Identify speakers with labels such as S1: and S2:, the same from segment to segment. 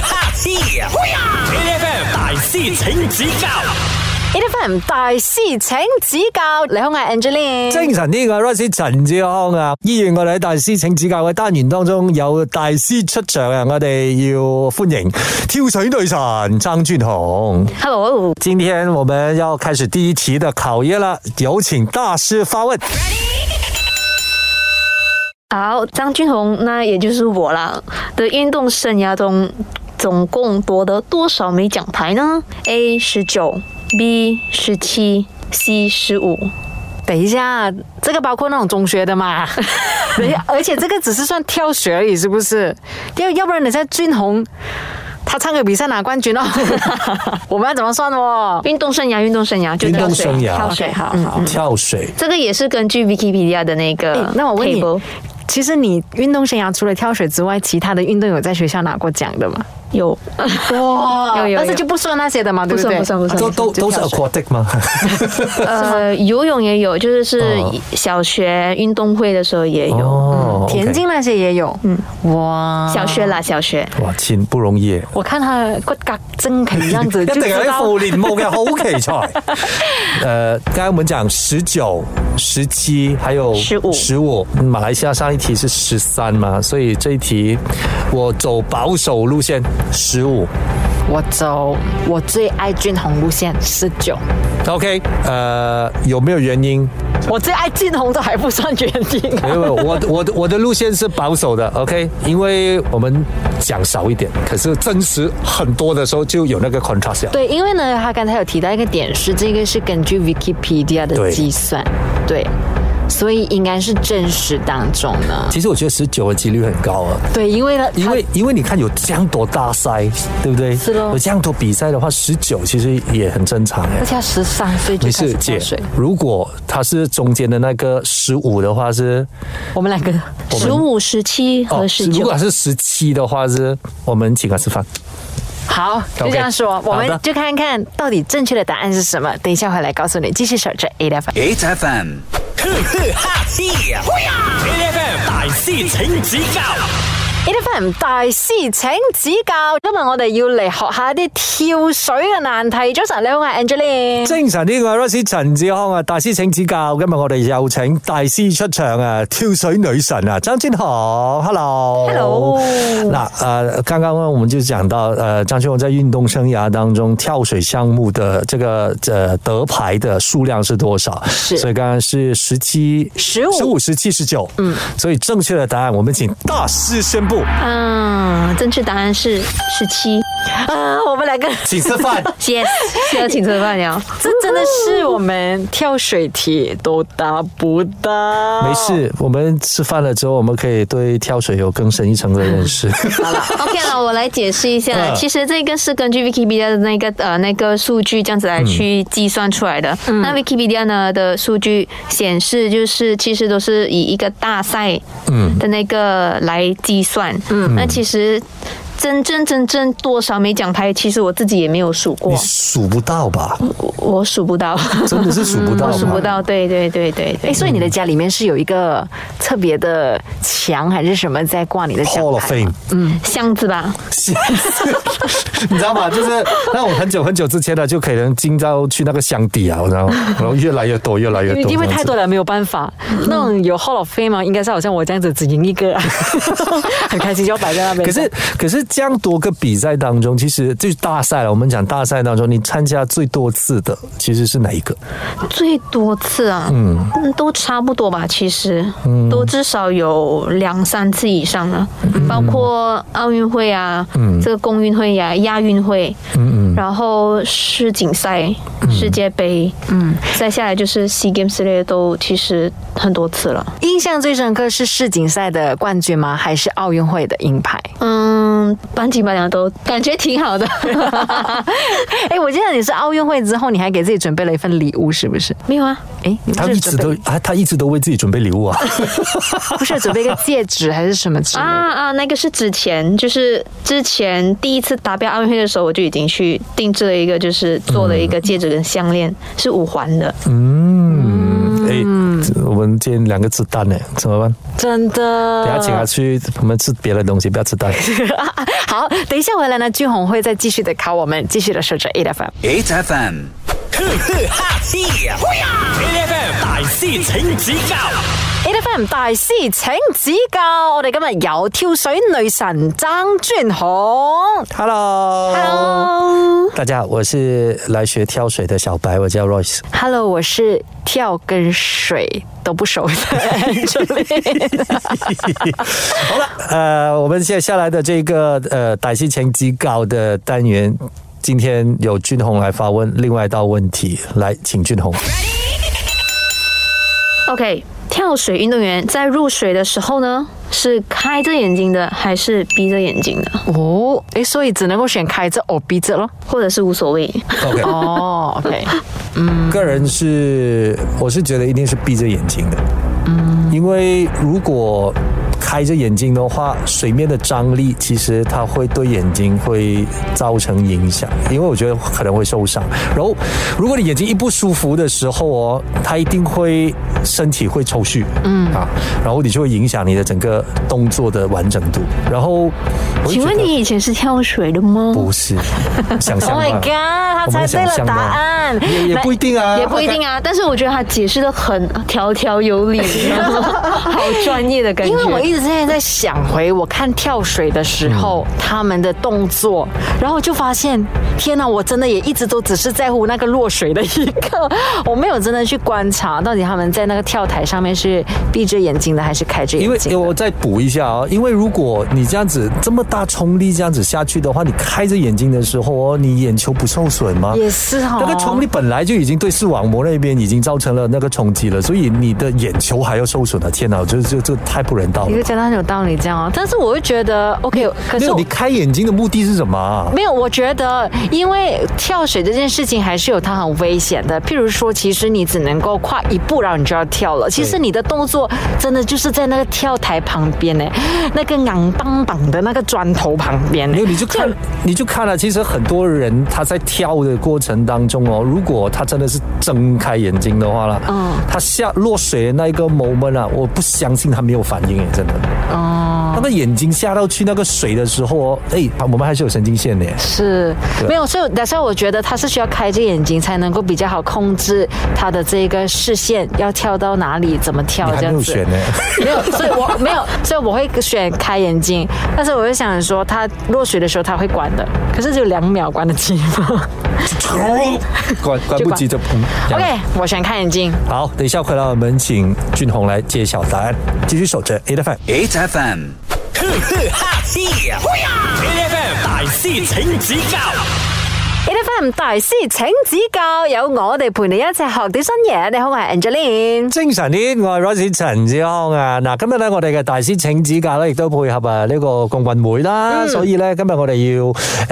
S1: 哈气呀！8FM 大师請指教
S2: ，A F M 大師請指教。你好，我係 Angeline。
S3: 精神呢個 r i s e 陳志康啊，依然我哋喺大師請指教嘅單元當中有大師出場啊，我哋要歡迎跳水女神張俊虹。
S2: Hello，
S3: 今天我們要開始第一題的考驗了，有請大師發問。
S2: 好，张俊宏，那也就是我啦的运动生涯中，总共夺得多少枚奖牌呢？A 十九，B 十七，C 十五。
S4: 等一下，这个包括那种中学的 嘛？等一下而且这个只是算跳水而已，是不是？要要不然等下俊宏他唱歌比赛拿冠军 哦，我们要怎么算哦？
S2: 运动生涯，运动生涯，就
S3: 运动
S2: 跳水
S3: 生涯
S2: 跳水，好好。
S3: 跳水，
S2: 这个也是根据 Wikipedia 的那个
S4: 哎
S2: table。
S4: 那我问你其实你运动生涯除了跳水之外，其他的运动有在学校拿过奖的吗？
S2: 有，
S4: 哇
S2: 有有有
S4: 但是就不算那些的嘛，对
S2: 呃不
S4: 对？
S2: 算不算不算，
S3: 啊都都都是 aquatic 吗？
S2: 呃，游泳也有，就是是
S3: 哦
S2: 小学运动会的时候也有，嗯
S3: 哦，
S4: 田径那些也有，嗯，哇，
S2: 小学啦，小学。
S3: OK 哇，錢不容易，
S4: 我看他骨骼精奇这样 子，
S3: 一
S4: 就
S3: 定係
S4: 知
S3: 喺
S4: 道
S3: 副聯舞嘅好奇才。呃，剛才我們講十九、十七，還有
S2: 15
S3: 十五。馬來西亞上一題是十三嘛，所以這一題我走保守路線，十五。
S4: 我走我最爱俊宏路线十九，
S3: OK，呃，有没有原因？
S4: 我最爱俊宏都还不算原 因、
S3: 没
S4: 啊。
S3: 有，没有我我的我的路线是保守的，OK，因为我们讲少一点，可是真实很多的时候就有那个 contrast 了。
S4: 对，因为呢，他刚才有提到一个点是，这个是根据 Wikipedia 的
S3: 对
S4: 计算，对，所以应该是真实当中呢。
S3: 其实我觉得十九的几率很高啊，
S4: 对，因为呢，
S3: 因为因为你看有这样多大赛，对不对？
S4: 是咯
S3: 有这样多比赛的话，十九其实也很正常哎
S4: 而。且十三岁就
S3: 没
S4: 开始
S3: 事，
S4: 跳
S3: 姐
S4: 水，，
S3: 如果他是中间的那个十五的话是，
S4: 我们两个
S3: 我
S2: 十
S3: 们
S2: 五、十七和十
S3: 如
S2: 九
S3: 果，他是十七的话是，我们请他吃饭。
S4: 好就
S3: OK，
S4: 这样说，我
S3: 好的
S4: 们就看看到底正确的答案是什么。等一下回来告诉你，继续守着 A F M。
S1: ，8FM，哈气呀！8FM 大师請指教
S4: 呢啲 f 大師請指教，今日我哋要嚟學下啲跳水嘅難題。早晨，你好，我係 Angeline。
S3: 精神呢個 r o s e 陳志康啊，大師請指教。今日我哋有請大師出場啊，跳水女神啊，張俊虹，Hello。
S2: Hello
S3: 那呃，刚刚我们就讲到呃，张俊虹在运动生涯当中跳水项目的这个呃得牌的数量是多少？
S4: 是
S3: 所以刚刚是十七、
S4: 15
S3: 十五、十七、十九。嗯，所以正确的答案，我们请大师宣布，
S2: 嗯，正确答案是十七。
S4: 啊，我们两个，
S3: 请吃 饭。
S2: Yes，需要请吃饭了。
S4: 这真的是我们跳水题都答不到。
S3: 没事，我们吃饭了之后，我们可以对跳水有更深一层的认识。
S2: OK 了，我来解释一下。
S3: 嗯
S2: 其实这个是根据 Wikipedia 的那个呃那个数据这样子来去计算出来的。那 Wikipedia 呢的数据显示，就是其实都是以一个大赛的那个来计算。嗯，那其实真真真正多少枚奖牌，其实我自己也没有数过
S3: 你，数不到吧？
S2: 我我数不到，
S3: 真的是嗯数不到
S2: 我
S3: 吧，
S2: 数不到。对对对对对
S4: 哎，。所以你的家里面是有一个特别的墙还是什么在挂你的奖
S3: Hall of
S4: 牌
S3: Fame，
S4: 吗？
S2: 嗯箱子吧，
S3: 你知道吗？就是那我很久很久之前的，就可能进到去那个箱底啊，然后然后越来越多，越来越多，
S4: 因为太多
S3: 了。
S4: 了，没有办法。那种有 Hall of Fame 嘛，应该是好像我这样子只赢一 个啊，很开心就要摆在那边。
S3: 可是，可是这样多个比赛当中，其实就是大赛了。我们讲大赛当中，你参加最多次的其实是哪一个？
S2: 最多次啊，嗯，都差不多吧，其实，都至少有两三次以上了，包括奥运会啊，这个公运会呀、啊亚运会，然后世锦赛、世界杯，嗯，再下来就是 SEA Games 之类的，都其实很多次了。
S4: 印象最深刻是世锦赛的冠军吗？还是奥运会的银牌？
S2: 嗯，班级班长都感觉挺好的，
S4: 哎，我记得你是奥运会之后，你还给自己准备了一份礼物，是不是？
S2: 没有啊，
S4: 哎，你
S3: 他
S4: 不
S3: 一
S4: 是
S3: 直
S4: 准备
S3: 都啊，他一直都为自己准备礼物啊。
S4: 不是准备一个戒指还是什么之类
S2: 啊
S4: 的？
S2: 啊，那个是之前，就是之前第一次达标奥运会的时候，我就已经去嗯定制了一个，就是做了一个戒指跟项链，是五环的。
S3: 嗯，哎，以我们煎两个吃蛋呢，怎么办？
S4: 真的。
S3: 等下请他去我们吃别的东西，不要吃蛋。
S4: 啊好，等一下回来呢，俊宏会再继续的考我们，继续的守着 A F M。
S1: H F M，呵呵哈嘿呀，A F M 大師請指教
S4: A F M 大师请指教，我哋今日有跳水女神张俊宏。
S3: Hello，,
S4: Hello，Hello，
S3: 大家好，我是来学跳水的小白，我叫 Royce。
S4: 我是跳跟水都不熟的 Angeline
S3: 好了，呃，我们接下来的这个呃歹戏成绩高的单元，今天有俊宏来发问另外一道问题，来，请俊宏。
S2: OK，跳水运动员在入水的时候呢，是开着眼睛的还是闭着眼睛的，
S4: 哦，诶，所以只能够选开着哦闭着咯。
S2: 或者是无所谓？
S3: OK，
S4: 哦，OK，
S3: 个人是我是觉得一定是闭着眼睛的，
S2: 嗯
S3: 因为如果开着眼睛的话，水面的张力其实它会对眼睛会造成影响，因为我觉得可能会受伤。然后，如果你眼睛一不舒服的时候哦，它一定会身体会抽搐，嗯啊，然后你就会影响你的整个动作的完整度。然后，我就
S2: 请问
S3: 觉得
S2: 你以前是跳水的吗？
S3: 不 是想象
S4: Oh my
S3: 吧
S4: god，他
S3: 我
S4: 猜
S3: 们
S4: 对
S3: 想象
S4: 了答
S3: 吧
S4: 案，
S3: 也也不一定啊，
S2: 也不一定啊，但是我觉得他解释的很条条 有理，好专业的感觉。
S4: 因为我一直之前在想回我看跳水的时候、
S3: 嗯
S4: 他们的动作，然后就发现，天哪，我真的也一直都只是在乎那个落水的一个，我没有真的去观察到底他们在那个跳台上面是闭着眼睛的还是开着
S3: 因为
S4: 眼睛
S3: 因为
S4: 的。
S3: 我再补一下啊、因为如果你这样子这么大冲力这样子下去的话，你开着眼睛的时候哦，你眼球不受损吗？
S4: 也是哦哈、
S3: 呃那个冲力本来就已经对视网膜那边已经造成了那个冲击了，所以你的眼球还要受损了。天哪，这这这太不人道
S4: 你
S3: 了
S4: 会。觉得很有道理这样哦，但是我会觉得 OK，可
S3: 没
S4: 是
S3: 有，
S4: 我
S3: 你开眼睛的目的是什么啊、
S4: 没有，我觉得因为跳水这件事情还是有它很危险的。譬如说，其实你只能够跨一步，然后你就要跳了。其实你的动作真的就是在那个跳台旁边呢，那个昂邦邦的那个砖头旁边呢
S3: 没有，。你就看，你就看了、啊其实很多人他在跳的过程当中哦，如果他真的是睁开眼睛的话啦，
S4: 嗯
S3: 他下落水的那一个 moment 啊，我不相信他没有反应耶，真的。
S4: 哦，
S3: 那个眼睛下到去那个水的时候哦，哎，我们还是有神经线的耶。
S4: 是没有，所以但是我觉得他是需要开着眼睛才能够比较好控制他的这个视线，要跳到哪里，怎么跳
S3: 你
S4: 哦
S3: 还
S4: 这
S3: 没
S4: 样
S3: 有
S4: 子。
S3: 选 呢，
S4: 没有，所以我没有，所以我会选开眼睛，但是我会想说，它落水的时候它会关的，可是只有两秒关的机会。
S3: 管管不及就砰。这样
S4: OK，我选开眼睛。
S3: 好，等一下回来我们请俊宏来揭晓答案，继续守着 A 的范。
S1: ，H F M，呵呵哈嘿呀，A F M 大師請指教
S4: A F M 大師請指教，有我哋陪你一齊學啲新嘢。你好，我係 Angeline。
S3: 精神啲，我係 r o s e 陳志康啊！嗱，今日咧我哋嘅大師請指教咧，亦都配合啊呢個共運會啦，所以咧今日我哋要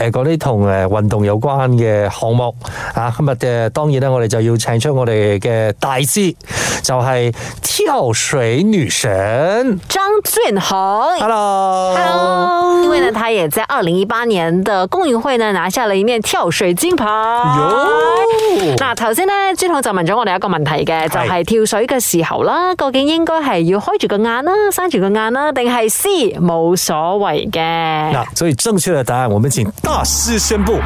S3: 誒講啲同誒運動有關嘅項目啊。今日嘅當然咧，我哋就要請出我哋嘅大師，就係、跳水女神
S4: 張俊宏。
S3: ，Hello。
S4: 因为呢，他也在二零一八年的公运会呢拿下了一面跳水金牌。
S3: 哟
S4: 嗱，頭先呢，朱浩就問咗我哋一個問題嘅，就
S3: 係
S4: 係、跳水嘅時候啦，究竟應該係要開住個眼啦、閂住個眼啦，定係 C 冇所謂嘅？
S3: 那所以正確的答案，我們請大師宣布。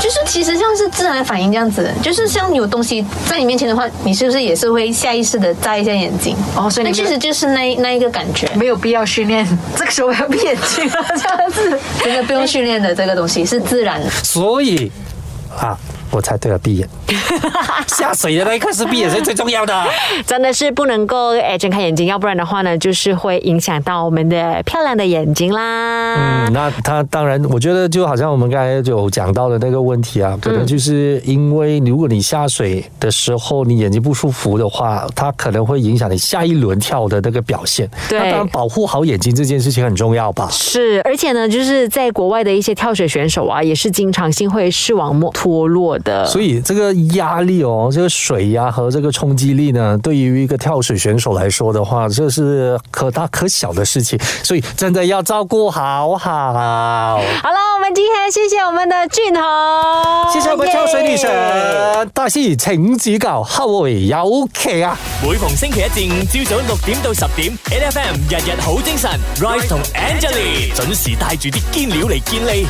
S2: 就是其实像是自然反应这样子，就是像有东西在你面前的话，你是不是也是会下意识的眨一下眼睛？
S4: 哦所以你
S2: 那
S4: 觉得
S2: 其实就是那那一个感觉，
S4: 沒有必要訓練，這個時候要閉眼睛啦，這樣子。
S2: 真的不用训练的这个东西是自然的。
S3: 所以啊，我猜对了，闭眼。下水的那一刻是闭眼是最重要的。
S4: 真的是不能够诶睁开眼睛，要不然的話呢，就是會影響到我們的漂亮的眼睛啦。
S3: 嗯，那他当然，我觉得就好像我们刚才就有讲到的那个问题啊，可能就是因为如果你下水的时候你眼睛不舒服的话，它可能会影响你下一轮跳的那个表现。
S4: 对
S3: 那当然保护好眼睛这件事情很重要吧。
S4: 是，而且呢，就是在国外的一些跳水选手啊，也是经常性会视网膜脱落的。
S3: 所以这个压力哦，这个水压和这个冲击力呢，对于一个跳水选手来说的话，这是可大可小的事情，所以真的要照顾好好。
S4: 好了，我们今天谢谢我们的俊宏，
S3: 谢谢我们跳水女神大师，请指教，后会有期啊！
S1: 每逢星期一至五朝早六點到十點，N F M 日日好精神，Rise 同 Angelie 準時帶住啲堅料嚟健利。